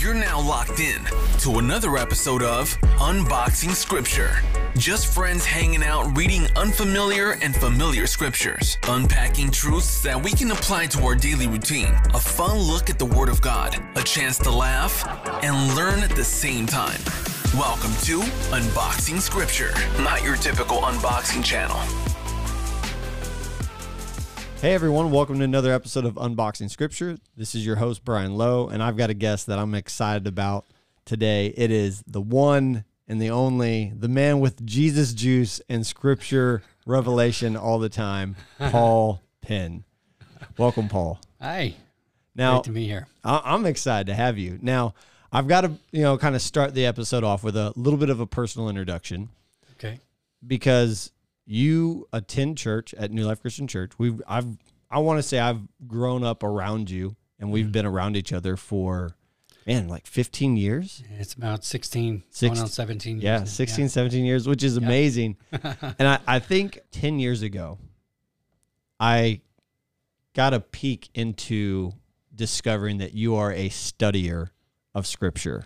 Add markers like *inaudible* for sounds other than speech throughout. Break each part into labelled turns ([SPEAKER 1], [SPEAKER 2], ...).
[SPEAKER 1] You're now locked in to another episode of Unboxing Scripture. Just friends hanging out, reading unfamiliar and familiar scriptures, unpacking truths that we can apply to our daily routine. A fun look at the Word of God, a chance to laugh and learn at the same time. Welcome to Unboxing Scripture, not your typical unboxing channel.
[SPEAKER 2] Hey everyone, welcome to another episode of Unboxing Scripture. This is your host Brian Lowe, and I've got a guest that I'm excited about today. It is the one and the only, the man with Jesus juice and scripture revelation all the time, Paul Penn. Welcome, Paul.
[SPEAKER 3] Hi.
[SPEAKER 2] Now,
[SPEAKER 3] Great to be here.
[SPEAKER 2] I- I'm excited to have you. Now, I've got to, you know, kind of start the episode off with a little bit of a personal introduction.
[SPEAKER 3] Okay.
[SPEAKER 2] because you attend church at New Life Christian Church. We've I've I want to say I've grown up around you and we've been around each other for man, like 15 years.
[SPEAKER 3] It's about 16,
[SPEAKER 2] Six-
[SPEAKER 3] going on 17.
[SPEAKER 2] Yeah,
[SPEAKER 3] years now.
[SPEAKER 2] 16, 17 years, which is amazing. and I, I think 10 years ago, I got a peek into discovering that you are a studier of scripture.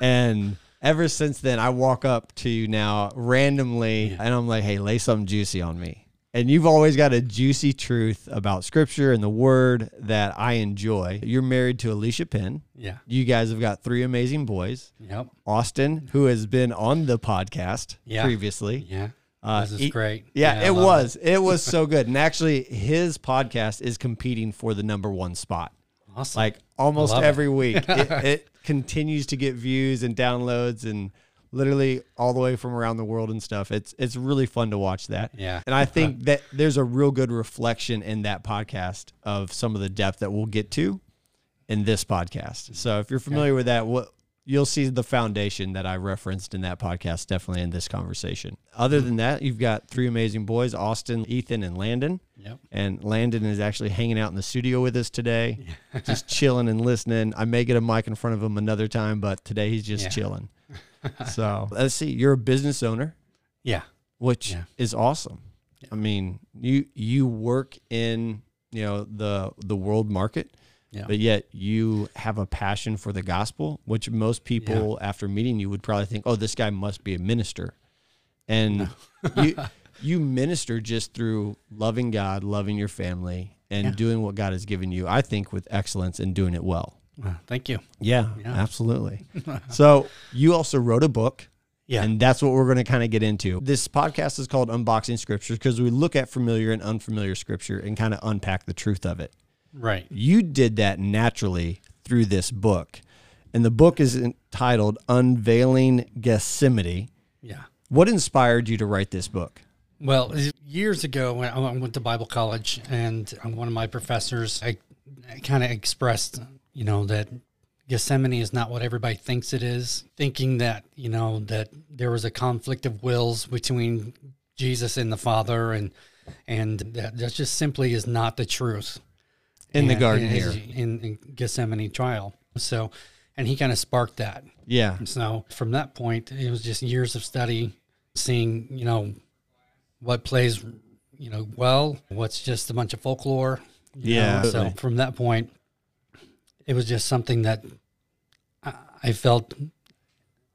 [SPEAKER 2] and ever since then, I walk up to you now randomly and I'm like, hey, lay something juicy on me. And you've always got a juicy truth about scripture and the word that I enjoy. You're married to Alicia Penn.
[SPEAKER 3] Yeah.
[SPEAKER 2] You guys have got three amazing boys.
[SPEAKER 3] yeah. Yep.
[SPEAKER 2] Austin, who has been on the podcast
[SPEAKER 3] Yeah.
[SPEAKER 2] previously.
[SPEAKER 3] Yeah.
[SPEAKER 2] Uh,
[SPEAKER 3] this is
[SPEAKER 2] he-
[SPEAKER 3] great.
[SPEAKER 2] Yeah,
[SPEAKER 3] I
[SPEAKER 2] it
[SPEAKER 3] love
[SPEAKER 2] was. It.
[SPEAKER 3] *laughs*
[SPEAKER 2] was so good. And actually, his podcast is competing for the number one spot
[SPEAKER 3] Awesome.
[SPEAKER 2] like almost
[SPEAKER 3] Love it.
[SPEAKER 2] every
[SPEAKER 3] *laughs*
[SPEAKER 2] week. It, it continues to get views and downloads and literally all the way from around the world and stuff. It's it's really fun to watch that.
[SPEAKER 3] Yeah. *laughs*
[SPEAKER 2] And I think that there's a real good reflection in that podcast of some of the depth that we'll get to in this podcast. So if you're familiar with that, what you'll see the foundation that I referenced in that podcast definitely in this conversation. Other
[SPEAKER 3] Hmm.
[SPEAKER 2] than that, you've got three amazing boys, Austin, Ethan, and Landon.
[SPEAKER 3] Yep.
[SPEAKER 2] And Landon is actually hanging out in the studio with us today, just chilling and listening. I may get a mic in front of him another time, but today he's just
[SPEAKER 3] Yeah.
[SPEAKER 2] chilling. so let's see. You're a business owner,
[SPEAKER 3] yeah.
[SPEAKER 2] which
[SPEAKER 3] Yeah.
[SPEAKER 2] is awesome. I mean, you you work in you know the the world market,
[SPEAKER 3] Yeah.
[SPEAKER 2] but yet you have a passion for the gospel, which most people after meeting you would probably think, oh, this guy must be a minister, and
[SPEAKER 3] *laughs*
[SPEAKER 2] you you minister just through loving God, loving your family, and doing what God has given you. I think with excellence and doing it well.
[SPEAKER 3] Well, thank you.
[SPEAKER 2] Yeah,
[SPEAKER 3] *laughs*
[SPEAKER 2] absolutely. so you also wrote a book.
[SPEAKER 3] Yeah.
[SPEAKER 2] And that's what we're going to kind of get into. This podcast is called Unboxing Scripture because we look at familiar and unfamiliar scripture and kind of unpack the truth of it.
[SPEAKER 3] right.
[SPEAKER 2] You did that naturally through this book. And the book is entitled Unveiling Gethsemane.
[SPEAKER 3] Yeah.
[SPEAKER 2] What inspired you to write this book?
[SPEAKER 3] Well, years ago, when I I went to Bible college, and one of my professors, I, I kind of expressed, you know, that Gethsemane is not what everybody thinks it is. Thinking that, you know, that there was a conflict of wills between Jesus and the Father, and and that, that just simply is not the truth
[SPEAKER 2] In the
[SPEAKER 3] And-
[SPEAKER 2] garden
[SPEAKER 3] and
[SPEAKER 2] here.
[SPEAKER 3] is in, in Gethsemane trial. So, and he kind of sparked that.
[SPEAKER 2] Yeah.
[SPEAKER 3] So from that point, it was just years of study, seeing you know what plays you know well, what's just a bunch of folklore. you know.
[SPEAKER 2] Yeah.
[SPEAKER 3] So from that point, it was just something that I- I felt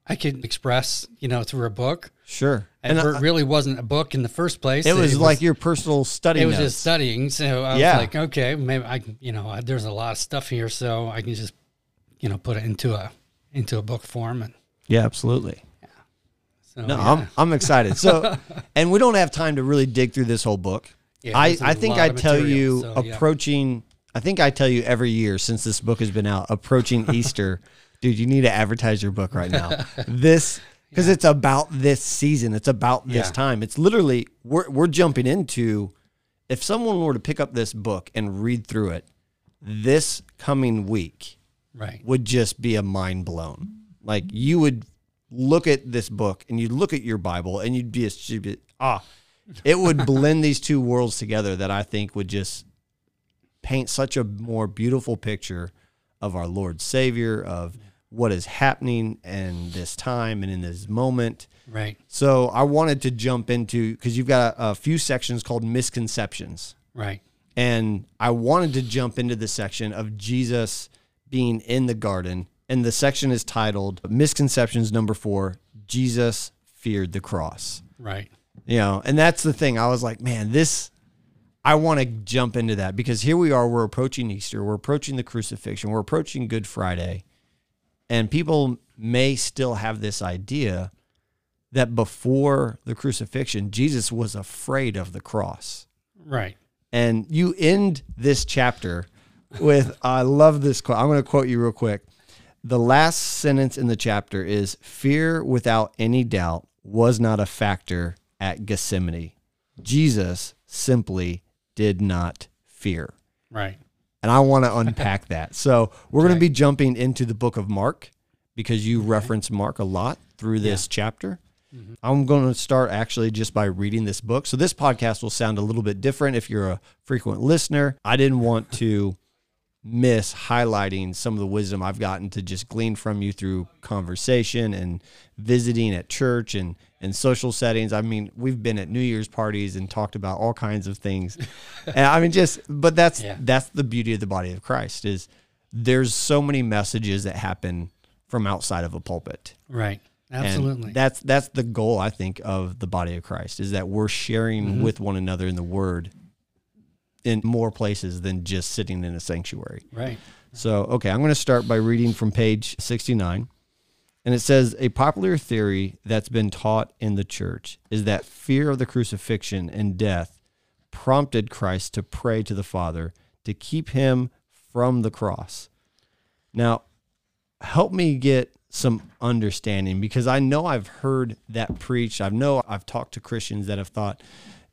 [SPEAKER 3] I could express you know through a book.
[SPEAKER 2] Sure.
[SPEAKER 3] And
[SPEAKER 2] And
[SPEAKER 3] it
[SPEAKER 2] I-
[SPEAKER 3] really wasn't a book in the first place.
[SPEAKER 2] it was like your personal study.
[SPEAKER 3] it was
[SPEAKER 2] notes.
[SPEAKER 3] just studying. So I
[SPEAKER 2] Yeah.
[SPEAKER 3] was like, okay, maybe I can- you know I, there's a lot of stuff here, so I can just you know put it into a into a book form and.
[SPEAKER 2] yeah, absolutely.
[SPEAKER 3] So,
[SPEAKER 2] No,
[SPEAKER 3] yeah.
[SPEAKER 2] I'm I'm excited.
[SPEAKER 3] *laughs*
[SPEAKER 2] So, and we don't have time to really dig through this whole book.
[SPEAKER 3] Yeah,
[SPEAKER 2] I
[SPEAKER 3] there's a
[SPEAKER 2] I think
[SPEAKER 3] lot
[SPEAKER 2] I
[SPEAKER 3] of
[SPEAKER 2] tell
[SPEAKER 3] material,
[SPEAKER 2] you
[SPEAKER 3] so, yeah.
[SPEAKER 2] approaching. I think I tell you every year since this book has been out,
[SPEAKER 3] *laughs*
[SPEAKER 2] approaching Easter, dude. You need to advertise your book right now. this because it's about this season. It's about this
[SPEAKER 3] Yeah.
[SPEAKER 2] time. It's literally we're we're jumping into. If someone were to pick up this book and read through it this coming week,
[SPEAKER 3] Right.
[SPEAKER 2] would just be a mind blown. Like you would look at this book and you'd look at your Bible and you'd be a you'd be- ah, it would blend these two worlds together that I think would just paint such a more beautiful picture of our Lord Savior of what is happening in this time and in this moment.
[SPEAKER 3] Right.
[SPEAKER 2] So I wanted to jump into because you've got a, a few sections called misconceptions
[SPEAKER 3] Right.
[SPEAKER 2] and I wanted to jump into the section of Jesus being in the garden and the section is titled Misconceptions Number Four Jesus Feared the Cross.
[SPEAKER 3] Right.
[SPEAKER 2] You know, and that's the thing. I was like, man, this, I want to jump into that because here we are. We're approaching Easter, we're approaching the crucifixion, we're approaching Good Friday. And people may still have this idea that before the crucifixion, Jesus was afraid of the cross.
[SPEAKER 3] Right.
[SPEAKER 2] And you end this chapter with I love this quote. I'm going to quote you real quick. The last sentence in the chapter is fear without any doubt was not a factor at Gethsemane. Jesus simply did not fear.
[SPEAKER 3] Right.
[SPEAKER 2] And I want to unpack that. So, we're going to be jumping into the book of Mark because you reference Mark a lot through this chapter. I'm going to start actually just by reading this book. So, this podcast will sound a little bit different if you're a frequent listener. I didn't want to miss highlighting some of the wisdom I've gotten to just glean from you through conversation and visiting at church and and social settings. I mean, we've been at New Year's parties and talked about all kinds of
[SPEAKER 3] *laughs*
[SPEAKER 2] things. and I mean just but that's
[SPEAKER 3] Yeah.
[SPEAKER 2] that's the beauty of the body of Christ is there's so many messages that happen from outside of a pulpit.
[SPEAKER 3] Right.
[SPEAKER 2] And
[SPEAKER 3] Absolutely.
[SPEAKER 2] that's that's the goal I think of the body of Christ is that we're sharing
[SPEAKER 3] Mm-hmm.
[SPEAKER 2] with one another in the word in more places than just sitting in a sanctuary.
[SPEAKER 3] right.
[SPEAKER 2] So, okay, I'm going to start by reading from page 69. And it says a popular theory that's been taught in the church is that fear of the crucifixion and death prompted Christ to pray to the Father to keep him from the cross. Now, help me get some understanding because I know I've heard that preached. I know I've talked to Christians that have thought,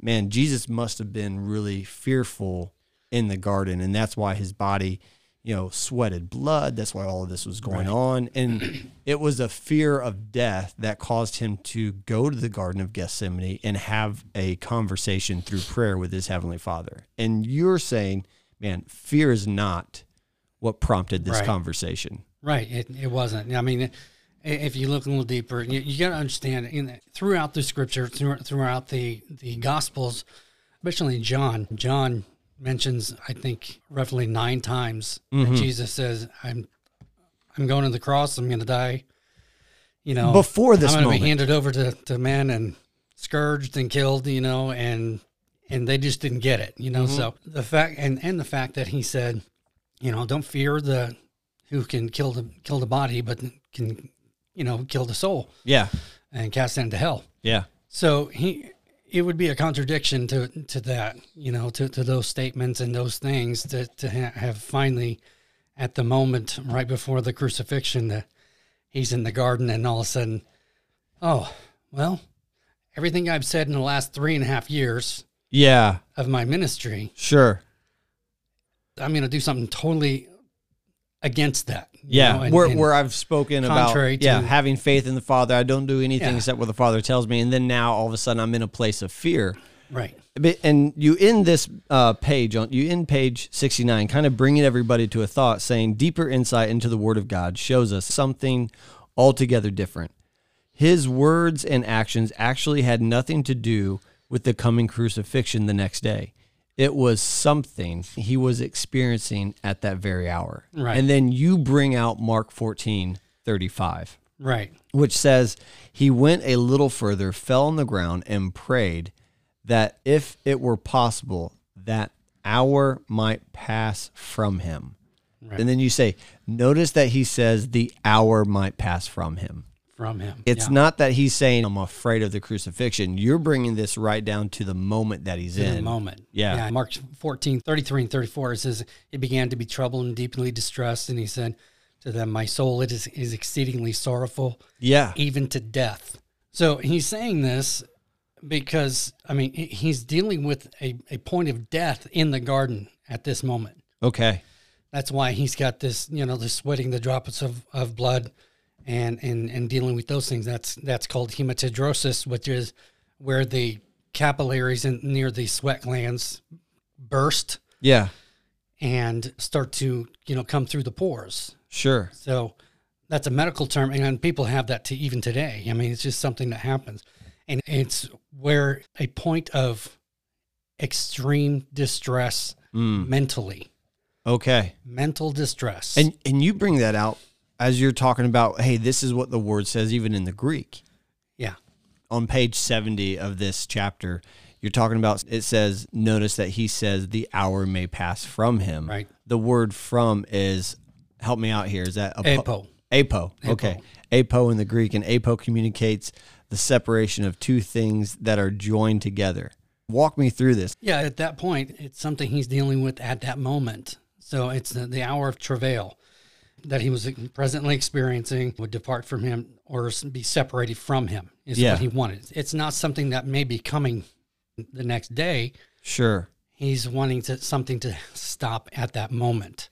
[SPEAKER 2] man, Jesus must have been really fearful in the garden and that's why his body, you know, sweated blood. That's why all of this was going on and it was a fear of death that caused him to go to the garden of Gethsemane and have a conversation through prayer with his heavenly Father. And you're saying, man, fear is not what prompted this
[SPEAKER 3] Right.
[SPEAKER 2] conversation.
[SPEAKER 3] Right. It, it wasn't. I mean, i- if you look a little deeper, you, you got to understand in throughout the scripture, through, throughout the the gospels, especially in John. John mentions, I think, roughly nine times
[SPEAKER 2] Mm-hmm.
[SPEAKER 3] that Jesus says, "I'm, I'm going to the cross. I'm going to die." You know,
[SPEAKER 2] Before this
[SPEAKER 3] I'm gonna
[SPEAKER 2] moment.
[SPEAKER 3] be handed over to to men and scourged and killed. You know, and and they just didn't get it. You know,
[SPEAKER 2] Mm-hmm.
[SPEAKER 3] so the fact and and the fact that he said, you know, don't fear the who can kill the kill the body, but can you know kill the soul
[SPEAKER 2] Yeah.
[SPEAKER 3] and cast it into hell.
[SPEAKER 2] Yeah.
[SPEAKER 3] So he, it would be a contradiction to to that, you know, to, to those statements and those things to to ha- have finally, at the moment right before the crucifixion, that he's in the garden and all of a sudden, oh well, everything I've said in the last three and a half years
[SPEAKER 2] Yeah.
[SPEAKER 3] of my ministry,
[SPEAKER 2] Sure.
[SPEAKER 3] I'm going to do something totally against that. you
[SPEAKER 2] Yeah.
[SPEAKER 3] know, and-
[SPEAKER 2] where,
[SPEAKER 3] and-
[SPEAKER 2] where I've spoken about
[SPEAKER 3] contrary
[SPEAKER 2] yeah,
[SPEAKER 3] to-
[SPEAKER 2] having faith in the Father. I don't do anything
[SPEAKER 3] Yeah.
[SPEAKER 2] except what the Father tells me. And then now all of a sudden I'm in a place of fear.
[SPEAKER 3] right.
[SPEAKER 2] But- And you end this uh, page on you end page 69, kind of bringing everybody to a thought, saying deeper insight into the Word of God shows us something altogether different. His words and actions actually had nothing to do with the coming crucifixion the next day. It was something he was experiencing at that very hour.
[SPEAKER 3] Right.
[SPEAKER 2] And then you bring out Mark 14, 35
[SPEAKER 3] Right.
[SPEAKER 2] which says he went a little further, fell on the ground, and prayed that if it were possible, that hour might pass from him. And then you say, notice that he says the hour might pass from him.
[SPEAKER 3] From him.
[SPEAKER 2] It's not that he's saying, I'm afraid of the crucifixion. You're bringing this right down to the moment that he's in.
[SPEAKER 3] the moment.
[SPEAKER 2] Yeah.
[SPEAKER 3] Mark 14, 33 and 34, it says, He began to be troubled and deeply distressed. And he said to them, My soul it is, is exceedingly sorrowful,
[SPEAKER 2] Yeah.
[SPEAKER 3] even to death. So he's saying this because, I mean, he- he's dealing with a, a point of death in the garden at this moment.
[SPEAKER 2] Okay.
[SPEAKER 3] That's why he's got this, you know, the sweating, the droplets of, of blood and, and, and dealing with those things. That's, that's called hematidrosis, which is where the capillaries in, near the sweat glands burst
[SPEAKER 2] Yeah.
[SPEAKER 3] and start to, you know, come through the pores.
[SPEAKER 2] Sure.
[SPEAKER 3] So that's a medical term, and people have that to even today. I mean, it's just something that happens, and it's where a point of extreme distress mentally,
[SPEAKER 2] Okay.
[SPEAKER 3] mental distress.
[SPEAKER 2] And and you bring that out as you're talking about, hey, this is what the word says, even in the Greek.
[SPEAKER 3] Yeah.
[SPEAKER 2] On page 70 of this chapter, you're talking about it says, notice that he says the hour may pass from him.
[SPEAKER 3] Right.
[SPEAKER 2] The word from is, help me out here. Is that
[SPEAKER 3] Apo.
[SPEAKER 2] Apo. Okay. Apo in the Greek, and apo communicates the separation of two things that are joined together. Walk me through this.
[SPEAKER 3] Yeah, at that point, it's something he's dealing with at that moment. So it's the, the hour of travail that he was presently experiencing would depart from him or s- be separated from him is
[SPEAKER 2] Yeah.
[SPEAKER 3] what he wanted. It's not something that may be coming the next day.
[SPEAKER 2] Sure.
[SPEAKER 3] He's wanting to, something to stop at that moment,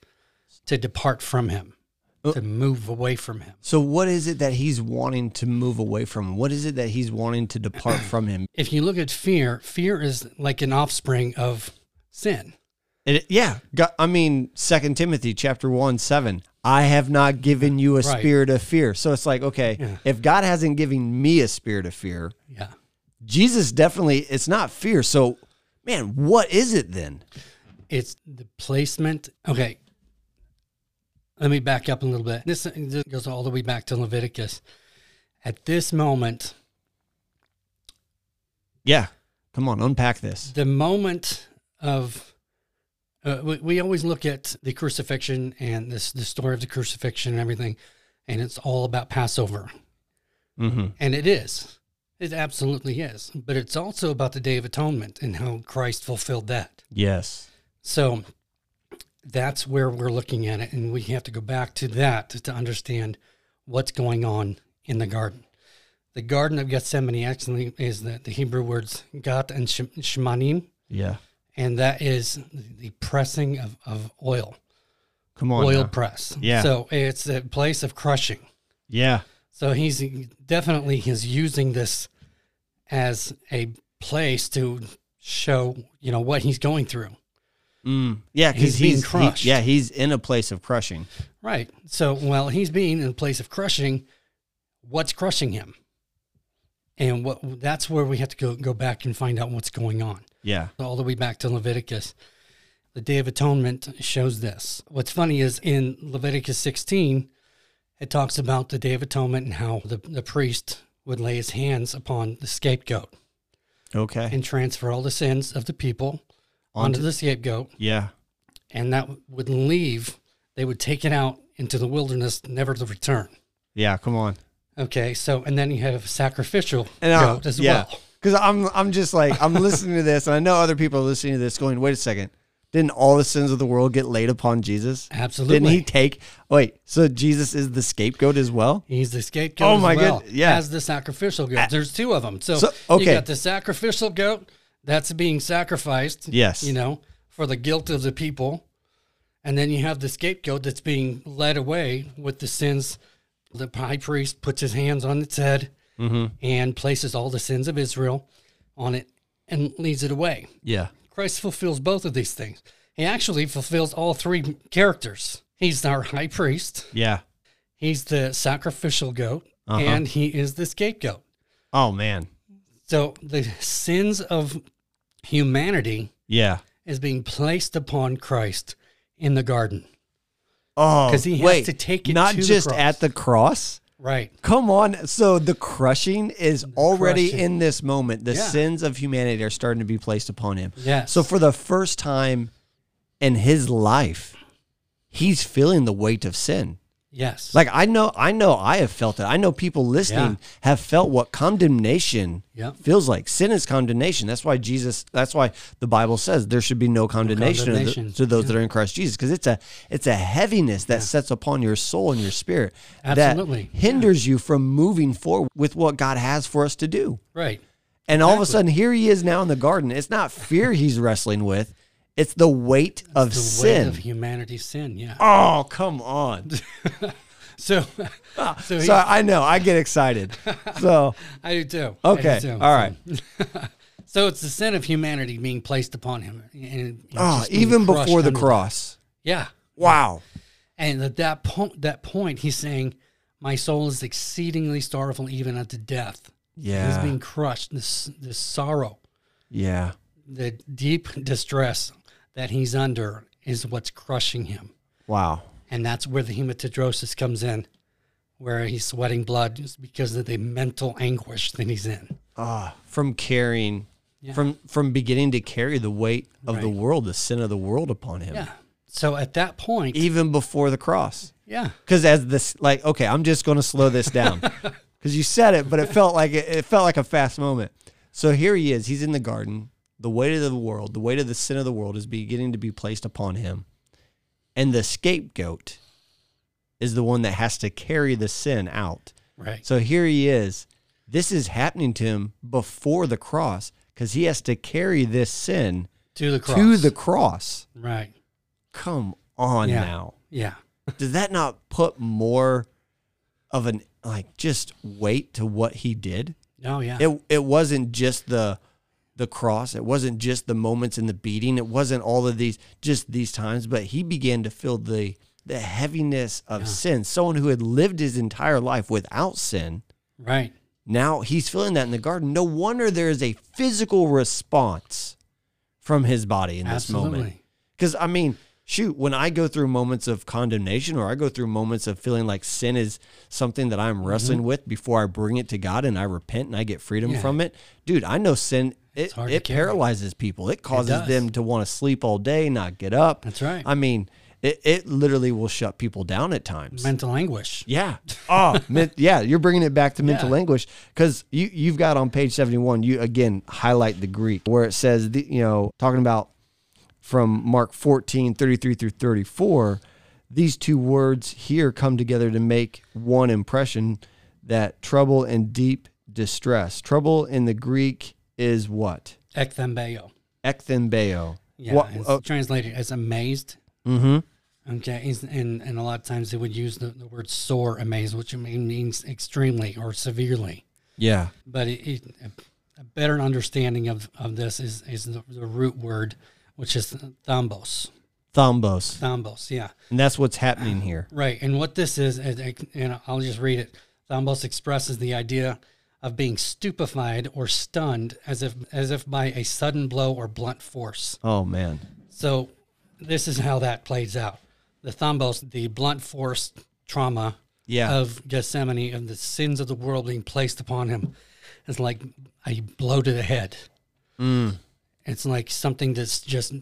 [SPEAKER 3] to depart from him, to move away from him.
[SPEAKER 2] So, what is it that he's wanting to move away from? What is it that he's wanting to depart from him?
[SPEAKER 3] If you look at fear, fear is like an offspring of sin.
[SPEAKER 2] It, yeah, God, I mean, Second Timothy chapter one seven. I have not given you a
[SPEAKER 3] Right.
[SPEAKER 2] spirit of fear. So it's like, okay,
[SPEAKER 3] Yeah.
[SPEAKER 2] if God hasn't given me a spirit of fear,
[SPEAKER 3] Yeah.
[SPEAKER 2] Jesus definitely it's not fear. So, man, what is it then?
[SPEAKER 3] It's the placement. Okay. Let me back up a little bit. This, this goes all the way back to Leviticus. At this moment,
[SPEAKER 2] Yeah, come on, unpack this.
[SPEAKER 3] the moment of uh, we, we always look at the crucifixion and this the story of the crucifixion and everything, and it's all about Passover,
[SPEAKER 2] Mm-hmm.
[SPEAKER 3] and it is, it absolutely is. But it's also about the Day of Atonement and how Christ fulfilled that.
[SPEAKER 2] Yes.
[SPEAKER 3] So that's where we're looking at it. And we have to go back to that to, to understand what's going on in the garden. The Garden of Gethsemane actually is the, the Hebrew words gat and shem- shemanim,
[SPEAKER 2] Yeah.
[SPEAKER 3] and that is the pressing of, of oil,
[SPEAKER 2] Come on.
[SPEAKER 3] oil
[SPEAKER 2] now.
[SPEAKER 3] press.
[SPEAKER 2] Oh, Yeah.
[SPEAKER 3] So it's a place of crushing.
[SPEAKER 2] yeah.
[SPEAKER 3] So he's definitely he's using this as a place to show, you know, what he's going through.
[SPEAKER 2] Mm. Yeah, because
[SPEAKER 3] He's
[SPEAKER 2] he's,
[SPEAKER 3] being
[SPEAKER 2] he-
[SPEAKER 3] crushed.
[SPEAKER 2] yeah, he's in a place of crushing.
[SPEAKER 3] Right. So while he's being in a place of crushing, what's crushing him? And what that's where we have to go, go back and find out what's going on.
[SPEAKER 2] Yeah.
[SPEAKER 3] All the way back to Leviticus. The Day of Atonement shows this. What's funny is in Leviticus 16, it talks about the Day of Atonement and how the, the priest would lay his hands upon the scapegoat
[SPEAKER 2] Okay.
[SPEAKER 3] and transfer all the sins of the people onto the scapegoat
[SPEAKER 2] yeah.
[SPEAKER 3] and that would leave. They would take it out into the wilderness, never to return.
[SPEAKER 2] Yeah. Come on.
[SPEAKER 3] Okay, so and then you have sacrificial
[SPEAKER 2] and I,
[SPEAKER 3] goat as
[SPEAKER 2] yeah,
[SPEAKER 3] well.
[SPEAKER 2] Because I'm I'm just like I'm listening to this, and I know other people are listening to this, going, "Wait a second, didn't all the sins of the world get laid upon Jesus?
[SPEAKER 3] Absolutely,
[SPEAKER 2] Didn't he take? Wait, so Jesus is the scapegoat as well?
[SPEAKER 3] he's the scapegoat.
[SPEAKER 2] Oh
[SPEAKER 3] as
[SPEAKER 2] my
[SPEAKER 3] well,
[SPEAKER 2] goodness, yeah.
[SPEAKER 3] as the sacrificial goat. There's two of them. So,
[SPEAKER 2] So,
[SPEAKER 3] you
[SPEAKER 2] okay.
[SPEAKER 3] got the sacrificial goat that's being sacrificed.
[SPEAKER 2] Yes.
[SPEAKER 3] you know for the guilt of the people, and then you have the scapegoat that's being led away with the sins. The high priest puts his hands on its head
[SPEAKER 2] Mm-hmm.
[SPEAKER 3] and places all the sins of Israel on it and leads it away.
[SPEAKER 2] Yeah,
[SPEAKER 3] Christ fulfills both of these things. He actually fulfills all three characters. He's our high priest,
[SPEAKER 2] yeah.
[SPEAKER 3] he's the sacrificial goat,
[SPEAKER 2] Uh-huh.
[SPEAKER 3] and he is the scapegoat.
[SPEAKER 2] Oh man,
[SPEAKER 3] So the sins of humanity
[SPEAKER 2] yeah.
[SPEAKER 3] is being placed upon Christ in the garden.
[SPEAKER 2] Oh,
[SPEAKER 3] 'Cause he has
[SPEAKER 2] wait,
[SPEAKER 3] to take it
[SPEAKER 2] not
[SPEAKER 3] to the
[SPEAKER 2] just
[SPEAKER 3] cross.
[SPEAKER 2] at the cross.
[SPEAKER 3] Right.
[SPEAKER 2] Come on. So the crushing is already
[SPEAKER 3] crushing.
[SPEAKER 2] in this moment. The
[SPEAKER 3] Yeah.
[SPEAKER 2] sins of humanity are starting to be placed upon him.
[SPEAKER 3] Yes.
[SPEAKER 2] So for the first time in his life, he's feeling the weight of sin.
[SPEAKER 3] Yes.
[SPEAKER 2] Like I know, I know, I have felt it. I know people listening have felt what condemnation
[SPEAKER 3] Yep.
[SPEAKER 2] feels like. Sin is condemnation. That's why Jesus. That's why the Bible says there should be no condemnation, to the-
[SPEAKER 3] condemnation.
[SPEAKER 2] to those that are in Christ Jesus, because it's a it's a heaviness that sets upon your soul and your spirit
[SPEAKER 3] Absolutely.
[SPEAKER 2] that hinders you from moving forward with what God has for us to do.
[SPEAKER 3] right.
[SPEAKER 2] And all of a sudden, here he is now in the garden. It's not fear he's wrestling with; it's the weight of
[SPEAKER 3] The
[SPEAKER 2] sin.
[SPEAKER 3] weight of humanity's sin. Yeah.
[SPEAKER 2] oh, come on!
[SPEAKER 3] So, *laughs* so he,
[SPEAKER 2] Ah, So I know I get
[SPEAKER 3] *laughs*
[SPEAKER 2] excited. So
[SPEAKER 3] I do too. I do
[SPEAKER 2] okay,
[SPEAKER 3] too.
[SPEAKER 2] all right.
[SPEAKER 3] So it's the sin of humanity being placed upon him. And and
[SPEAKER 2] Oh,
[SPEAKER 3] just being
[SPEAKER 2] even before
[SPEAKER 3] crushed
[SPEAKER 2] the
[SPEAKER 3] under-
[SPEAKER 2] cross.
[SPEAKER 3] Yeah.
[SPEAKER 2] Wow.
[SPEAKER 3] And at that point, that point, he's saying, "My soul is exceedingly sorrowful, even unto death." He's
[SPEAKER 2] Yeah.
[SPEAKER 3] being crushed. This this sorrow,
[SPEAKER 2] Yeah.
[SPEAKER 3] the deep distress that he's under, is what's crushing him,
[SPEAKER 2] Wow.
[SPEAKER 3] and that's where the hematidrosis comes in. where he's sweating blood just because of the mental anguish that he's in.
[SPEAKER 2] Ah, from carrying, from from beginning to carry the weight of the
[SPEAKER 3] Right.
[SPEAKER 2] world, the sin of the world upon him,
[SPEAKER 3] Yeah. So at that point,
[SPEAKER 2] even before the cross.
[SPEAKER 3] yeah,
[SPEAKER 2] Because as this, like, okay, I'm just going to slow this
[SPEAKER 3] *laughs*
[SPEAKER 2] down. Because you said it, but it felt like it, it felt like a fast moment. So here he is. He's in the garden. The weight of the world, the weight of the sin of the world, is beginning to be placed upon him, and the scapegoat is the one that has to carry the sin out.
[SPEAKER 3] right.
[SPEAKER 2] So here he is. This is happening to him before the cross because he has to carry this sin
[SPEAKER 3] To the cross.
[SPEAKER 2] to the cross.
[SPEAKER 3] right.
[SPEAKER 2] Come on
[SPEAKER 3] Yeah.
[SPEAKER 2] now.
[SPEAKER 3] Yeah.
[SPEAKER 2] Does that not put more of an like just weight to what he did?
[SPEAKER 3] Oh yeah.
[SPEAKER 2] It it wasn't just the the cross. It wasn't just the moments in the beating. It wasn't all of these just these times, but he began to feel the the heaviness of sin. Someone who had lived his entire life without sin
[SPEAKER 3] right.
[SPEAKER 2] now he's feeling that in the garden. No wonder there is a physical response from his body in this moment.
[SPEAKER 3] Absolutely.
[SPEAKER 2] Because, I mean, shoot, when I go through moments of condemnation or I go through moments of feeling like sin is something that
[SPEAKER 3] Mm-hmm.
[SPEAKER 2] I'm wrestling with before I bring it to God and I repent and I get freedom
[SPEAKER 3] Yeah.
[SPEAKER 2] from it, dude, I know sin. It,
[SPEAKER 3] hard to
[SPEAKER 2] it
[SPEAKER 3] carry.
[SPEAKER 2] paralyzes people. It causes
[SPEAKER 3] does.
[SPEAKER 2] them to want to sleep all day, not get up.
[SPEAKER 3] That's right.
[SPEAKER 2] I mean, it, it literally will shut people down at times.
[SPEAKER 3] Mental anguish.
[SPEAKER 2] Yeah. Oh, *laughs* men- yeah. You're bringing it back to mental
[SPEAKER 3] Yeah.
[SPEAKER 2] anguish because you you've got on page seventy one. You again highlight the Greek where it says the, you know talking about from Mark 14, 33 through thirty four. These two words here come together to make one impression that trouble and deep distress. Trouble in the Greek is what
[SPEAKER 3] Ekthembeo.
[SPEAKER 2] ekthembeo.
[SPEAKER 3] Yeah.
[SPEAKER 2] What-
[SPEAKER 3] it's
[SPEAKER 2] uh,
[SPEAKER 3] translated as amazed.
[SPEAKER 2] mhm.
[SPEAKER 3] Okay, is- and and a lot of times they would use the, the word sore amazed, which mean- means extremely or severely.
[SPEAKER 2] Yeah.
[SPEAKER 3] But it, it, a better understanding of, of this is is the, the root word, which is thambos.
[SPEAKER 2] Thambos,
[SPEAKER 3] Thambos, yeah,
[SPEAKER 2] and that's what's happening here.
[SPEAKER 3] right. And what this is, is it- and I'll just read it. Thambos expresses the idea of being stupefied or stunned, as if as if by a sudden blow or blunt force.
[SPEAKER 2] Oh man.
[SPEAKER 3] So this is how that plays out. The thambos, the blunt force trauma
[SPEAKER 2] Yeah.
[SPEAKER 3] of Gethsemane and the sins of the world being placed upon him is like a blow to the head.
[SPEAKER 2] Mm.
[SPEAKER 3] It's like something that's just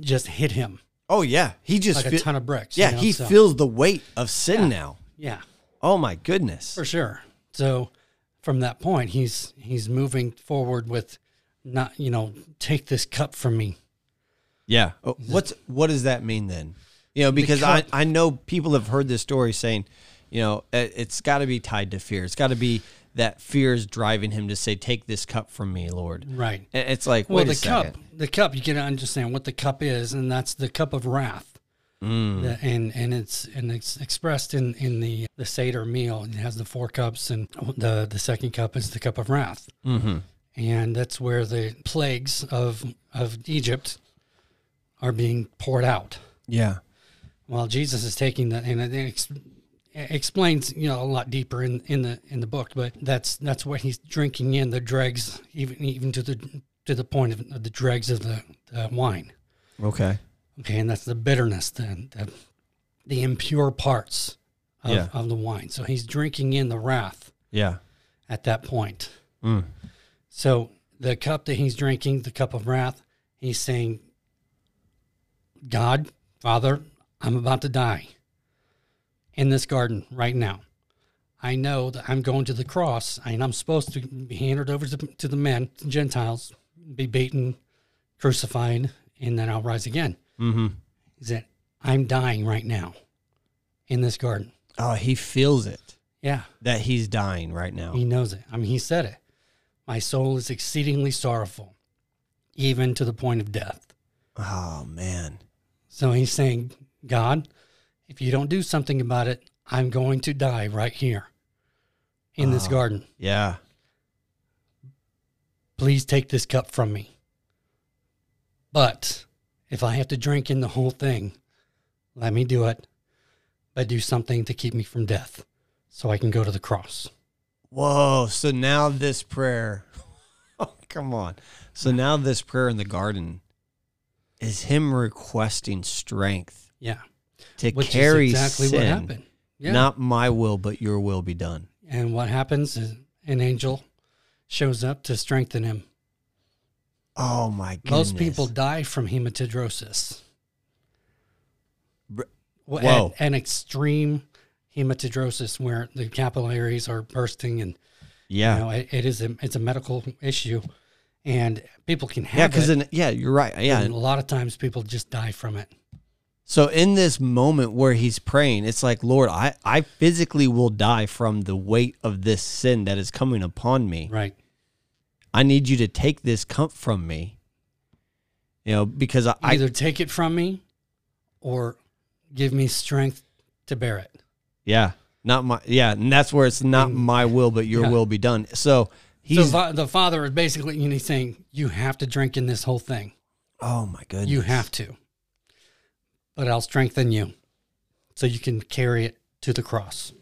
[SPEAKER 3] just hit him
[SPEAKER 2] Oh yeah. He just
[SPEAKER 3] like a
[SPEAKER 2] fe-
[SPEAKER 3] ton of bricks. you
[SPEAKER 2] Yeah,
[SPEAKER 3] know,
[SPEAKER 2] he
[SPEAKER 3] so-
[SPEAKER 2] feels the weight of sin now.
[SPEAKER 3] Yeah,
[SPEAKER 2] Oh my goodness.
[SPEAKER 3] for sure. So from that point, he's he's moving forward with not you know take this cup from me.
[SPEAKER 2] Yeah. Oh, what's what does that mean then? You know, because I,
[SPEAKER 3] cup.
[SPEAKER 2] I know people have heard this story saying, you know, it, it's got to be tied to fear. It's got to be that fear is driving him to say, "Take this cup from me, Lord."
[SPEAKER 3] Right.
[SPEAKER 2] And it's like,
[SPEAKER 3] Well,
[SPEAKER 2] wait
[SPEAKER 3] the
[SPEAKER 2] a second.
[SPEAKER 3] cup, the cup, you got to understand what the cup is, and that's the cup of wrath.
[SPEAKER 2] Mm.
[SPEAKER 3] The- and and it's and it's expressed in in the the seder meal. It has the four cups, and the the second cup is the cup of wrath. Mm-hmm. And that's where the plagues of of Egypt are being poured out.
[SPEAKER 2] Yeah.
[SPEAKER 3] Well, Jesus is taking that, and it ex- it explains you know a lot deeper in, in the in the book. But that's that's what he's drinking in the dregs, even even to the to the point of the dregs of the, the wine.
[SPEAKER 2] Okay.
[SPEAKER 3] Okay, and that's the bitterness, the the, the impure parts of,
[SPEAKER 2] Yeah.
[SPEAKER 3] of the wine. So he's drinking in the wrath
[SPEAKER 2] Yeah.
[SPEAKER 3] at that point. So the cup that he's drinking, the cup of wrath, he's saying, God, Father, I'm about to die in this garden right now. I know that I'm going to the cross and I'm supposed to be handed over to, to the men, Gentiles, be beaten, crucified, and then I'll rise again.
[SPEAKER 2] Mm-hmm.
[SPEAKER 3] He said, I'm dying right now in this garden.
[SPEAKER 2] Oh, he feels it
[SPEAKER 3] Yeah.
[SPEAKER 2] that he's dying right now.
[SPEAKER 3] He knows it. I mean, he said it. My soul is exceedingly sorrowful, even to the point of death.
[SPEAKER 2] Oh man.
[SPEAKER 3] So he's saying, God, if you don't do something about it, I'm going to die right here in this
[SPEAKER 2] Wow.
[SPEAKER 3] garden.
[SPEAKER 2] Yeah.
[SPEAKER 3] Please take this cup from me. But if I have to drink in the whole thing, let me do it, but do something to keep me from death so I can go to the cross.
[SPEAKER 2] Whoa. So now this prayer. *laughs* Oh, come on. So now this prayer in the garden is him requesting strength
[SPEAKER 3] Yeah.
[SPEAKER 2] to
[SPEAKER 3] Which
[SPEAKER 2] carry
[SPEAKER 3] is exactly
[SPEAKER 2] sin
[SPEAKER 3] what happened. Yeah.
[SPEAKER 2] Not my will, but your will be done.
[SPEAKER 3] And what happens is an angel shows up to strengthen him.
[SPEAKER 2] Oh my goodness.
[SPEAKER 3] Most people die from hematidrosis.
[SPEAKER 2] Br-
[SPEAKER 3] Well,
[SPEAKER 2] Whoa.
[SPEAKER 3] An, an extreme hematidrosis where the capillaries are bursting and
[SPEAKER 2] Yeah.
[SPEAKER 3] you know it, it is a, it's a medical issue and people can
[SPEAKER 2] yeah,
[SPEAKER 3] have
[SPEAKER 2] because
[SPEAKER 3] it
[SPEAKER 2] then yeah, you're right. Yeah.
[SPEAKER 3] and a lot of times people just die from it.
[SPEAKER 2] So in this moment where he's praying, it's like, Lord, I, I physically will die from the weight of this sin that is coming upon me.
[SPEAKER 3] Right.
[SPEAKER 2] I need you to take this cup from me. You know, because I, I
[SPEAKER 3] Either take it from me or give me strength to bear it.
[SPEAKER 2] yeah, not my yeah, and that's where it's not my will, but your
[SPEAKER 3] Mm. yeah.
[SPEAKER 2] will be done. So
[SPEAKER 3] So
[SPEAKER 2] he's
[SPEAKER 3] fa- the father is basically you know, saying you have to drink in this whole thing.
[SPEAKER 2] oh my goodness,
[SPEAKER 3] You have to. But I'll strengthen you so you can carry it to the cross.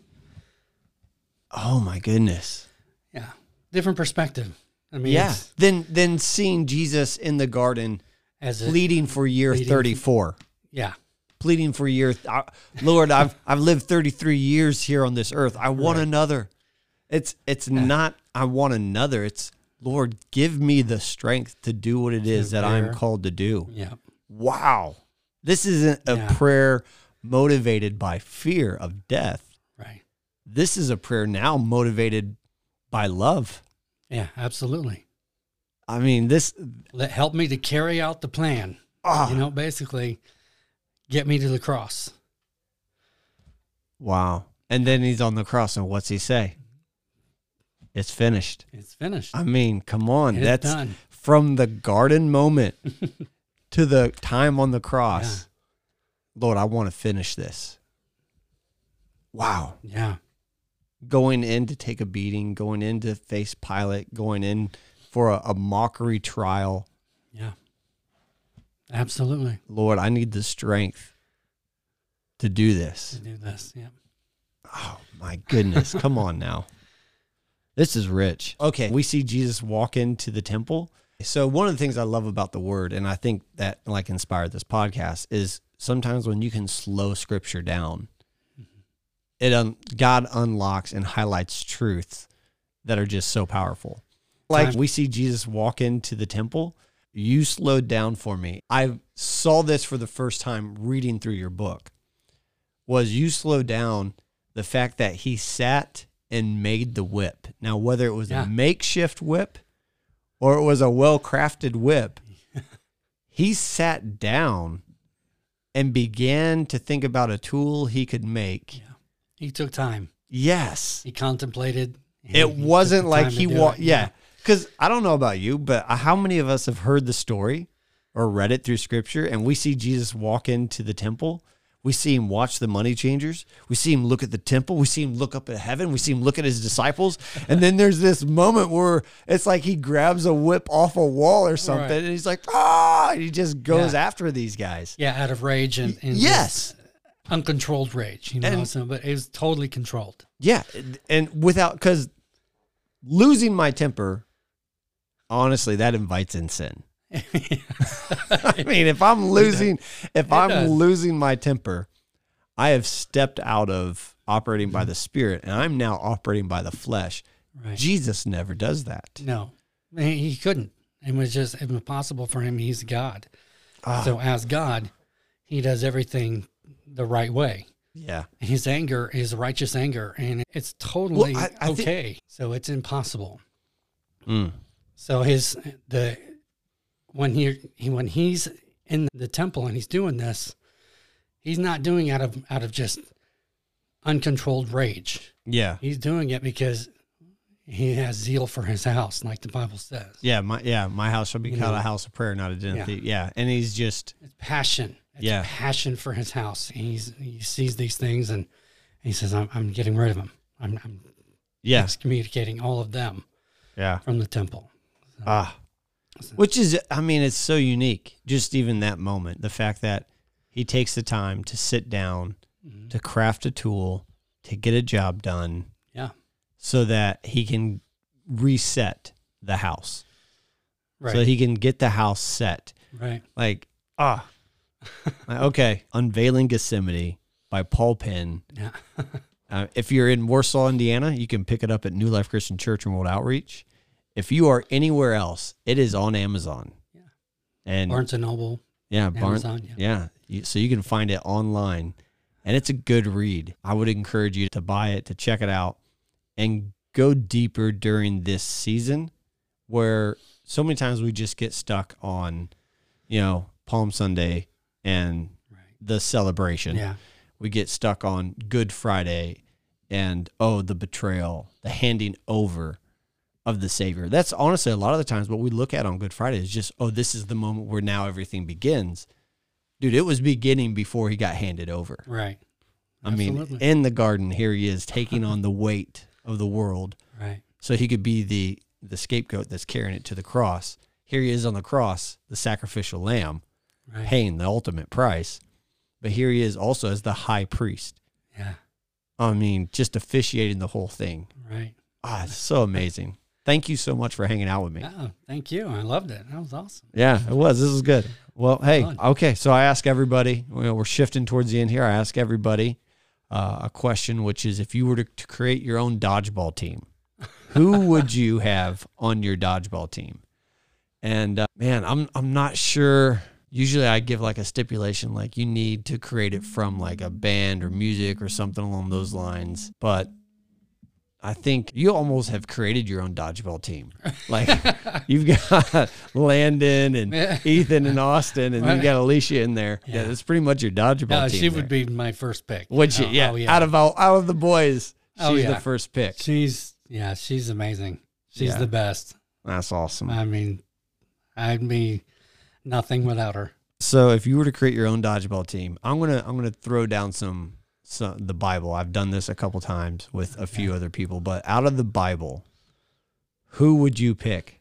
[SPEAKER 2] oh my goodness.
[SPEAKER 3] Yeah. Different perspective. I mean,
[SPEAKER 2] Yeah.
[SPEAKER 3] it's-
[SPEAKER 2] Then then seeing Jesus in the garden
[SPEAKER 3] as a,
[SPEAKER 2] pleading for year
[SPEAKER 3] Pleading.
[SPEAKER 2] 34.
[SPEAKER 3] yeah,
[SPEAKER 2] pleading for years. I, Lord, I've I've lived 33 years here on this earth. I want another. It's it's not I want another. It's Lord, give me the strength to do what it is that I'm
[SPEAKER 3] bear.
[SPEAKER 2] called to do.
[SPEAKER 3] yeah,
[SPEAKER 2] Wow. This isn't a
[SPEAKER 3] Yeah.
[SPEAKER 2] prayer motivated by fear of death.
[SPEAKER 3] right.
[SPEAKER 2] This is a prayer now motivated by love.
[SPEAKER 3] Yeah, absolutely.
[SPEAKER 2] I mean, this
[SPEAKER 3] Let help me to carry out the plan.
[SPEAKER 2] Ah.
[SPEAKER 3] You know, basically get me to the cross.
[SPEAKER 2] wow. And then he's on the cross and what's he say? It's finished.
[SPEAKER 3] It's finished.
[SPEAKER 2] I mean, come on.
[SPEAKER 3] It's
[SPEAKER 2] That's
[SPEAKER 3] done.
[SPEAKER 2] from the garden
[SPEAKER 3] *laughs*
[SPEAKER 2] moment to the time on the cross. Lord, I want to finish this. Wow.
[SPEAKER 3] Yeah.
[SPEAKER 2] Going in to take a beating, going in to face Pilate, going in for a, a mockery trial.
[SPEAKER 3] Yeah. Absolutely.
[SPEAKER 2] Lord, I need the strength to do this.
[SPEAKER 3] To do this. Yeah.
[SPEAKER 2] Oh my goodness. Come on now. This is rich. Okay. We see Jesus walk into the temple. So one of the things I love about the word, and I think that like inspired this podcast, is sometimes when you can slow scripture down, it un- God unlocks and highlights truths that are just so powerful. Like
[SPEAKER 3] Time-
[SPEAKER 2] we see Jesus walk into the temple. You slowed down for me. I saw this for the first time reading through your book. Was you slowed down the fact that he sat and made the whip. Now, whether it was
[SPEAKER 3] Yeah.
[SPEAKER 2] a makeshift whip or it was a well crafted whip, he sat down and began to think about a tool he could make.
[SPEAKER 3] He took time.
[SPEAKER 2] Yes.
[SPEAKER 3] He contemplated. He- he
[SPEAKER 2] It
[SPEAKER 3] took
[SPEAKER 2] wasn't
[SPEAKER 3] the
[SPEAKER 2] like
[SPEAKER 3] time to
[SPEAKER 2] he
[SPEAKER 3] do
[SPEAKER 2] walked.
[SPEAKER 3] it.
[SPEAKER 2] Yeah. Because I don't know about you, but uh, how many of us have heard the story or read it through scripture and we see Jesus walk into the temple? We see him watch the money changers. We see him look at the temple. We see him look up at heaven. We see him look at his disciples. And then there's this moment where it's like he grabs a whip off a wall or something
[SPEAKER 3] Right.
[SPEAKER 2] and he's like, ah, and he just goes
[SPEAKER 3] Yeah.
[SPEAKER 2] after these guys.
[SPEAKER 3] Yeah, out of rage and, and just
[SPEAKER 2] Yes.
[SPEAKER 3] uncontrolled rage, you know.
[SPEAKER 2] And-
[SPEAKER 3] so, but it was totally controlled.
[SPEAKER 2] Yeah, and without because losing my temper, honestly, that invites in sin. *laughs* I mean, if
[SPEAKER 3] *laughs*
[SPEAKER 2] I'm losing, if I'm
[SPEAKER 3] does.
[SPEAKER 2] losing my temper, I have stepped out of operating by the spirit, and I'm now operating by the flesh.
[SPEAKER 3] Right.
[SPEAKER 2] Jesus never does that.
[SPEAKER 3] No, he, he couldn't. It was just impossible for him. He's God.
[SPEAKER 2] Ah.
[SPEAKER 3] So as God, he does everything the right way.
[SPEAKER 2] Yeah,
[SPEAKER 3] His anger is righteous anger, and it's totally
[SPEAKER 2] I- I thi-
[SPEAKER 3] okay. so it's impossible.
[SPEAKER 2] Mm.
[SPEAKER 3] So his the when he, he when he's in the temple and he's doing this, he's not doing out of out of just uncontrolled rage.
[SPEAKER 2] yeah,
[SPEAKER 3] He's doing it because he has zeal for his house, like the Bible says.
[SPEAKER 2] yeah. My yeah, my house shall be called
[SPEAKER 3] know.
[SPEAKER 2] a house of prayer, not a den
[SPEAKER 3] Yeah.
[SPEAKER 2] of thieves. Yeah, and he's just
[SPEAKER 3] It's passion. It's
[SPEAKER 2] Yeah.
[SPEAKER 3] passion for his house. He's he sees these things and he says, "I'm, I'm getting rid of them. I'm, I'm
[SPEAKER 2] yeah,
[SPEAKER 3] excommunicating all of them
[SPEAKER 2] yeah.
[SPEAKER 3] from the temple."
[SPEAKER 2] Ah. Which is, I mean, it's so unique. Just even that moment, the fact that he takes the time to sit down, to craft a tool, to get a job done,
[SPEAKER 3] Yeah,
[SPEAKER 2] so that he can reset the house,
[SPEAKER 3] right,
[SPEAKER 2] so he can get the house set.
[SPEAKER 3] right.
[SPEAKER 2] Like, *laughs* ah, okay, unveiling Gethsemane by Paul Penn.
[SPEAKER 3] Yeah,
[SPEAKER 2] Uh, if you're in Warsaw, Indiana, you can pick it up at New Life Christian Church and World Outreach. If you are anywhere else, it is on Amazon. Yeah. And
[SPEAKER 3] Barnes and Noble.
[SPEAKER 2] yeah, Barnes.
[SPEAKER 3] Amazon,
[SPEAKER 2] yeah.
[SPEAKER 3] yeah.
[SPEAKER 2] You, so you can find it online, and it's a good read. I would encourage you to buy it, to check it out, and go deeper during this season, where so many times we just get stuck on, you know, Palm Sunday and
[SPEAKER 3] Right.
[SPEAKER 2] the celebration
[SPEAKER 3] Yeah.
[SPEAKER 2] we get stuck on Good Friday and oh, the betrayal, the handing over of the Savior. That's honestly a lot of the times what we look at on Good Friday is just, oh, this is the moment where now everything begins. Dude, it was beginning before he got handed over.
[SPEAKER 3] Right.
[SPEAKER 2] I mean,
[SPEAKER 3] Absolutely.
[SPEAKER 2] in the garden, here he is taking on the weight of the world
[SPEAKER 3] Right.
[SPEAKER 2] so he could be the the scapegoat that's carrying it to the cross. Here he is on the cross, the sacrificial lamb,
[SPEAKER 3] Right.
[SPEAKER 2] paying the ultimate price. But here he is also as the high priest.
[SPEAKER 3] Yeah.
[SPEAKER 2] I mean, just officiating the whole thing.
[SPEAKER 3] Right.
[SPEAKER 2] Ah, it's so amazing. Thank you so much for hanging out with me.
[SPEAKER 3] Oh, thank you. I loved it. That was awesome.
[SPEAKER 2] Yeah, it was. This was good. Well, hey,
[SPEAKER 3] Fun.
[SPEAKER 2] okay. So I ask everybody, you know, we're shifting towards the end here. I ask everybody uh, a question, which is if you were to, to create your own dodgeball team, who would you have on your dodgeball team? And uh, man, I'm I'm not sure. Usually, I give like a stipulation, like you need to create it from like a band or music or something along those lines. But I think you almost have created your own dodgeball team.
[SPEAKER 3] *laughs*
[SPEAKER 2] Like you've got Landon and Ethan and Austin, and you got Alicia in there. Yeah, that's pretty much your dodgeball
[SPEAKER 3] Yeah,
[SPEAKER 2] team.
[SPEAKER 3] Uh, she would be my first pick.
[SPEAKER 2] Would you?
[SPEAKER 3] Oh,
[SPEAKER 2] yeah.
[SPEAKER 3] oh, yeah.
[SPEAKER 2] Out of all, out of the boys, she's
[SPEAKER 3] Oh,
[SPEAKER 2] the
[SPEAKER 3] yeah.
[SPEAKER 2] first pick.
[SPEAKER 3] she's yeah, she's amazing. She's
[SPEAKER 2] Yeah. Mm.
[SPEAKER 3] the best.
[SPEAKER 2] That's awesome.
[SPEAKER 3] I mean, I'd be nothing without her.
[SPEAKER 2] So if you were to create your own dodgeball team, I'm gonna I'm gonna throw down some, some the Bible. I've done this a couple times with a few other people, but out of the Bible, who would you pick?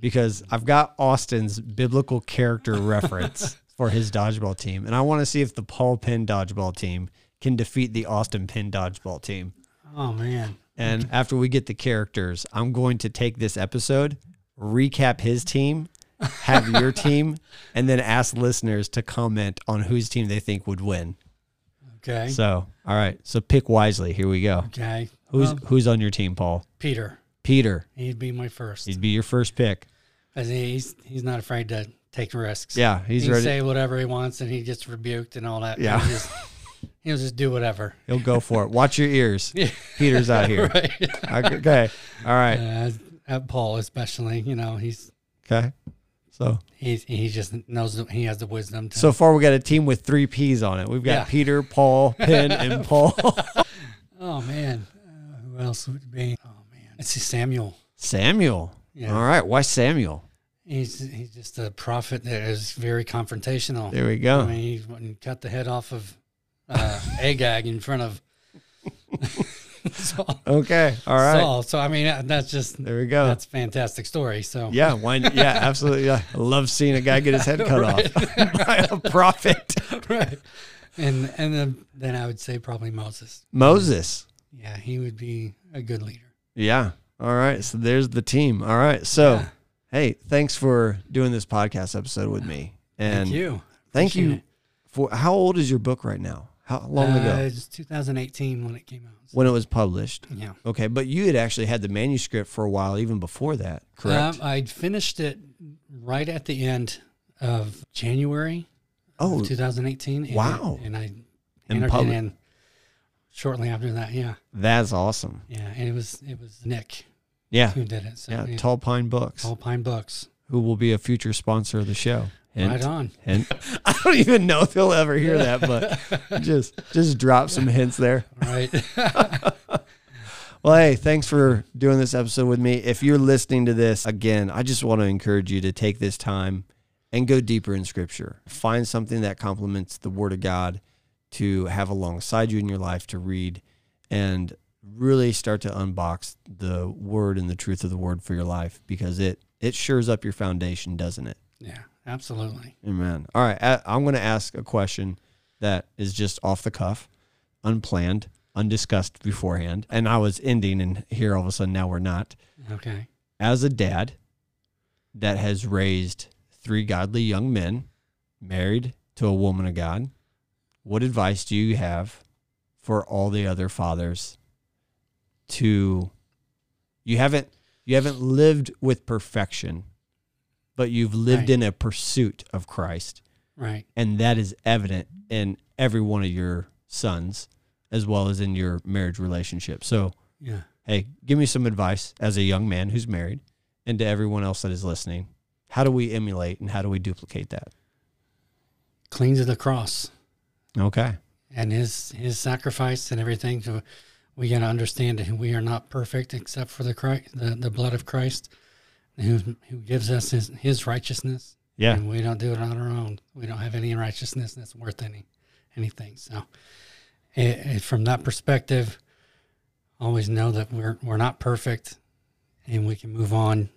[SPEAKER 2] Because I've got Austin's biblical
[SPEAKER 3] *laughs*
[SPEAKER 2] character reference for his dodgeball team, and I want to see if the Paul Penn dodgeball team can defeat the Austin Penn dodgeball team.
[SPEAKER 3] Oh man.
[SPEAKER 2] And after we get the characters, I'm going to take this episode, recap his team, have
[SPEAKER 3] *laughs*
[SPEAKER 2] your team, and then ask listeners to comment on whose team they think would win.
[SPEAKER 3] Okay.
[SPEAKER 2] So, all right. So pick wisely. Here we go.
[SPEAKER 3] okay.
[SPEAKER 2] Who's
[SPEAKER 3] Um,
[SPEAKER 2] who's on your team, Paul?
[SPEAKER 3] Peter?
[SPEAKER 2] Peter.
[SPEAKER 3] He'd be my first.
[SPEAKER 2] He'd be your first pick.
[SPEAKER 3] 'Cause he's he's not afraid to take risks.
[SPEAKER 2] Yeah, he's
[SPEAKER 3] he can
[SPEAKER 2] ready.
[SPEAKER 3] say whatever he wants, and he gets rebuked and all that.
[SPEAKER 2] Yeah.
[SPEAKER 3] He'll just, *laughs* he'll just do whatever. *laughs*
[SPEAKER 2] He'll go for it. Watch your ears. Peter's out here.
[SPEAKER 3] Right.
[SPEAKER 2] Okay. okay. All right.
[SPEAKER 3] Uh, at Paul, especially, you know, he's
[SPEAKER 2] Okay. So
[SPEAKER 3] he's he just knows that he has the wisdom. To,
[SPEAKER 2] so far we got a team with three P's on it. We've got
[SPEAKER 3] Yeah.
[SPEAKER 2] Peter, Paul, Penn,
[SPEAKER 3] *laughs*
[SPEAKER 2] and Paul.
[SPEAKER 3] oh man, uh, who else would it be? Oh man, it's Samuel.
[SPEAKER 2] Samuel.
[SPEAKER 3] Yeah.
[SPEAKER 2] All right. Why Samuel?
[SPEAKER 3] He's he's just a prophet that is very confrontational.
[SPEAKER 2] There we go.
[SPEAKER 3] I mean, he wouldn't cut the head off of uh, Agag in front of *laughs* Saul.
[SPEAKER 2] okay. All right.
[SPEAKER 3] Saul. So I mean, uh, that's just
[SPEAKER 2] There we go.
[SPEAKER 3] that's a fantastic story. So
[SPEAKER 2] yeah. Why, yeah. Absolutely. Yeah. I love seeing a guy get his head cut
[SPEAKER 3] *laughs*
[SPEAKER 2] off *laughs* by a prophet.
[SPEAKER 3] right. And and then, then I would say probably Moses.
[SPEAKER 2] Moses.
[SPEAKER 3] Yeah, he would be a good leader.
[SPEAKER 2] Yeah. All right. So there's the team. All right. So,
[SPEAKER 3] Yeah.
[SPEAKER 2] hey, thanks for doing this podcast episode with me. And
[SPEAKER 3] Thank you.
[SPEAKER 2] Thank
[SPEAKER 3] Appreciate
[SPEAKER 2] you
[SPEAKER 3] it.
[SPEAKER 2] for how old is your book right now? How long
[SPEAKER 3] Uh,
[SPEAKER 2] ago?
[SPEAKER 3] It's 2018 when it came out. So,
[SPEAKER 2] When it was published.
[SPEAKER 3] yeah.
[SPEAKER 2] Okay. But you had actually had the manuscript for a while, even before that, correct?
[SPEAKER 3] Um, I finished it right at the end of January
[SPEAKER 2] oh,
[SPEAKER 3] of 2018. and-
[SPEAKER 2] wow.
[SPEAKER 3] And I
[SPEAKER 2] And
[SPEAKER 3] entered
[SPEAKER 2] publi-
[SPEAKER 3] it in shortly after that. Yeah.
[SPEAKER 2] that's awesome.
[SPEAKER 3] Yeah. And it was it was Nick
[SPEAKER 2] Yeah.
[SPEAKER 3] who did it. So
[SPEAKER 2] Yeah,
[SPEAKER 3] yeah,
[SPEAKER 2] Tall Pine Books,
[SPEAKER 3] Tall Pine Books.
[SPEAKER 2] who will be a future sponsor of the show. Hint,
[SPEAKER 3] Right on. *laughs*
[SPEAKER 2] hint. *laughs* I don't even know if he'll ever hear that, but just just drop some hints there.
[SPEAKER 3] All right. *laughs*
[SPEAKER 2] Well, hey, thanks for doing this episode with me. If you're listening to this again, I just want to encourage you to take this time and go deeper in scripture. Find something that complements the word of God to have alongside you in your life to read and really start to unbox the word and the truth of the word for your life because it it shores up your foundation, doesn't it?
[SPEAKER 3] yeah. Absolutely.
[SPEAKER 2] Amen. All right. I, I'm going to ask a question that is just off the cuff, unplanned, undiscussed beforehand. And I was ending, and here all of a sudden now we're not.
[SPEAKER 3] Okay.
[SPEAKER 2] As a dad that has raised three godly young men married to a woman of God, what advice do you have for all the other fathers to you haven't you haven't lived with perfection, but you've lived
[SPEAKER 3] Right.
[SPEAKER 2] in a pursuit of Christ.
[SPEAKER 3] Right.
[SPEAKER 2] And that is evident in every one of your sons as well as in your marriage relationship. So
[SPEAKER 3] Yeah.
[SPEAKER 2] hey, give me some advice as a young man who's married and to everyone else that is listening. How do we emulate and how do we duplicate that?
[SPEAKER 3] Cling to the cross
[SPEAKER 2] Okay.
[SPEAKER 3] and his his sacrifice and everything. So we got to understand that we are not perfect except for the Christ, the, the blood of Christ, who who gives us his his righteousness.
[SPEAKER 2] Yeah.
[SPEAKER 3] And we don't do it on our own. We don't have any righteousness that's worth any anything. So, eh, eh, from that perspective, always know that we're we're not perfect, and we can move on,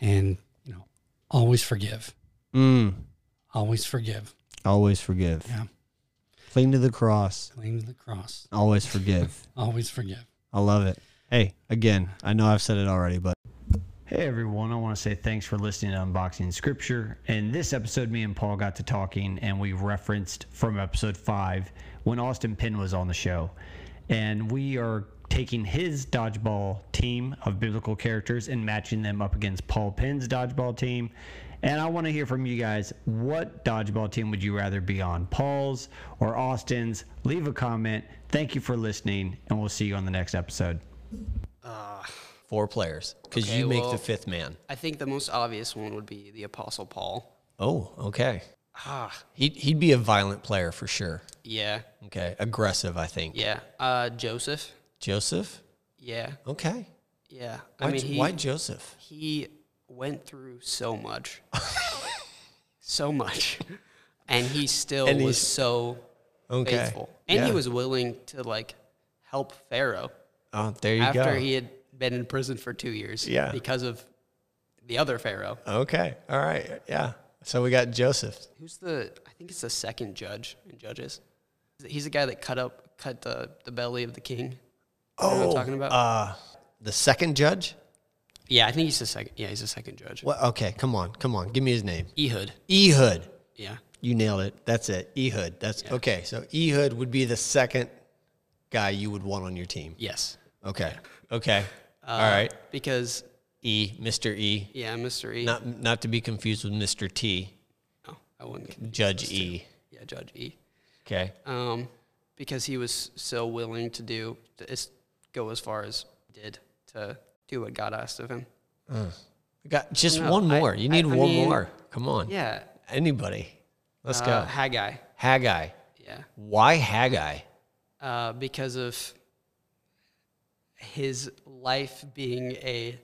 [SPEAKER 3] and you know, always forgive.
[SPEAKER 2] Mm,
[SPEAKER 3] Always forgive.
[SPEAKER 2] always forgive.
[SPEAKER 3] Yeah.
[SPEAKER 2] Cling to the cross.
[SPEAKER 3] Cling to the cross.
[SPEAKER 2] Always forgive.
[SPEAKER 3] Always forgive.
[SPEAKER 2] I love it. Hey, again, I know I've said it already, but. Hey everyone, I want to say thanks for listening to Unboxing Scripture. In this episode, me and Paul got to talking and we referenced from episode five when Austin Penn was on the show. And we are taking his dodgeball team of biblical characters and matching them up against Paul Penn's dodgeball team. And I want to hear from you guys what dodgeball team would you rather be on, Paul's or Austin's? Leave a comment. Thank you for listening, and we'll see you on the next episode.
[SPEAKER 4] Four players, because
[SPEAKER 5] Okay,
[SPEAKER 4] you make
[SPEAKER 5] well-
[SPEAKER 4] the fifth man.
[SPEAKER 5] I think the most obvious one would be the Apostle Paul.
[SPEAKER 4] Oh, okay.
[SPEAKER 5] Ah,
[SPEAKER 4] He'd, he'd be a violent player for sure.
[SPEAKER 5] yeah,
[SPEAKER 4] Okay. Aggressive, I think.
[SPEAKER 5] yeah. Uh, Joseph.
[SPEAKER 4] Joseph?
[SPEAKER 5] Yeah,
[SPEAKER 4] Okay.
[SPEAKER 5] yeah.
[SPEAKER 4] Why,
[SPEAKER 5] I mean,
[SPEAKER 4] J-
[SPEAKER 5] he
[SPEAKER 4] why Joseph?
[SPEAKER 5] he went through so much, *laughs* so much, and he still
[SPEAKER 4] And
[SPEAKER 5] was
[SPEAKER 4] he's-
[SPEAKER 5] so
[SPEAKER 4] Okay.
[SPEAKER 5] faithful, and he
[SPEAKER 4] Yeah.
[SPEAKER 5] was willing to like help Pharaoh
[SPEAKER 4] Oh, there you
[SPEAKER 5] after
[SPEAKER 4] go.
[SPEAKER 5] he had been in prison for two years.
[SPEAKER 4] Yeah.
[SPEAKER 5] because of the other Pharaoh.
[SPEAKER 4] okay. All right. Yeah. So we got Joseph.
[SPEAKER 5] Who's the? I think it's the second judge in Judges. He's the guy that cut up, cut the, the belly of the king.
[SPEAKER 4] Oh,
[SPEAKER 5] what I'm talking about?
[SPEAKER 4] Uh, the second judge?
[SPEAKER 5] Yeah, I think he's the second. Yeah, he's the second judge.
[SPEAKER 4] What? Okay, come on, come on, give me his name.
[SPEAKER 5] Ehud.
[SPEAKER 4] Ehud.
[SPEAKER 5] Yeah.
[SPEAKER 4] You nailed it. That's it. Ehud. That's okay. So Ehud would be the second guy you would want on your team.
[SPEAKER 5] Yes.
[SPEAKER 4] Okay. Okay. All right.
[SPEAKER 5] Because
[SPEAKER 4] E, Mr. E.
[SPEAKER 5] yeah, Mr. E.
[SPEAKER 4] Not not to be confused with Mr. T,
[SPEAKER 5] no, I wouldn't. confuse
[SPEAKER 4] Judge
[SPEAKER 5] those two.
[SPEAKER 4] E.
[SPEAKER 5] Yeah, Judge E.
[SPEAKER 4] Okay.
[SPEAKER 5] Um, because he was so willing to do to is- go as far as he did to do what God asked of him.
[SPEAKER 4] We got just
[SPEAKER 5] No,
[SPEAKER 4] one
[SPEAKER 5] I-
[SPEAKER 4] more. you need
[SPEAKER 5] I- I
[SPEAKER 4] one
[SPEAKER 5] mean-
[SPEAKER 4] more. Come on.
[SPEAKER 5] Yeah.
[SPEAKER 4] Anybody. Let's
[SPEAKER 5] uh,
[SPEAKER 4] go.
[SPEAKER 5] Haggai.
[SPEAKER 4] Haggai.
[SPEAKER 5] Yeah.
[SPEAKER 4] Why Haggai?
[SPEAKER 5] uh, because of his life being a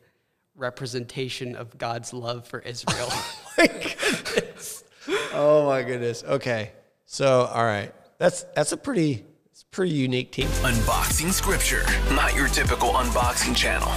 [SPEAKER 5] representation of God's love for Israel.
[SPEAKER 4] my goodness. Oh my goodness. Okay. So all right. That's that's a pretty it's a pretty unique team.
[SPEAKER 1] Unboxing Scripture, not your typical unboxing channel.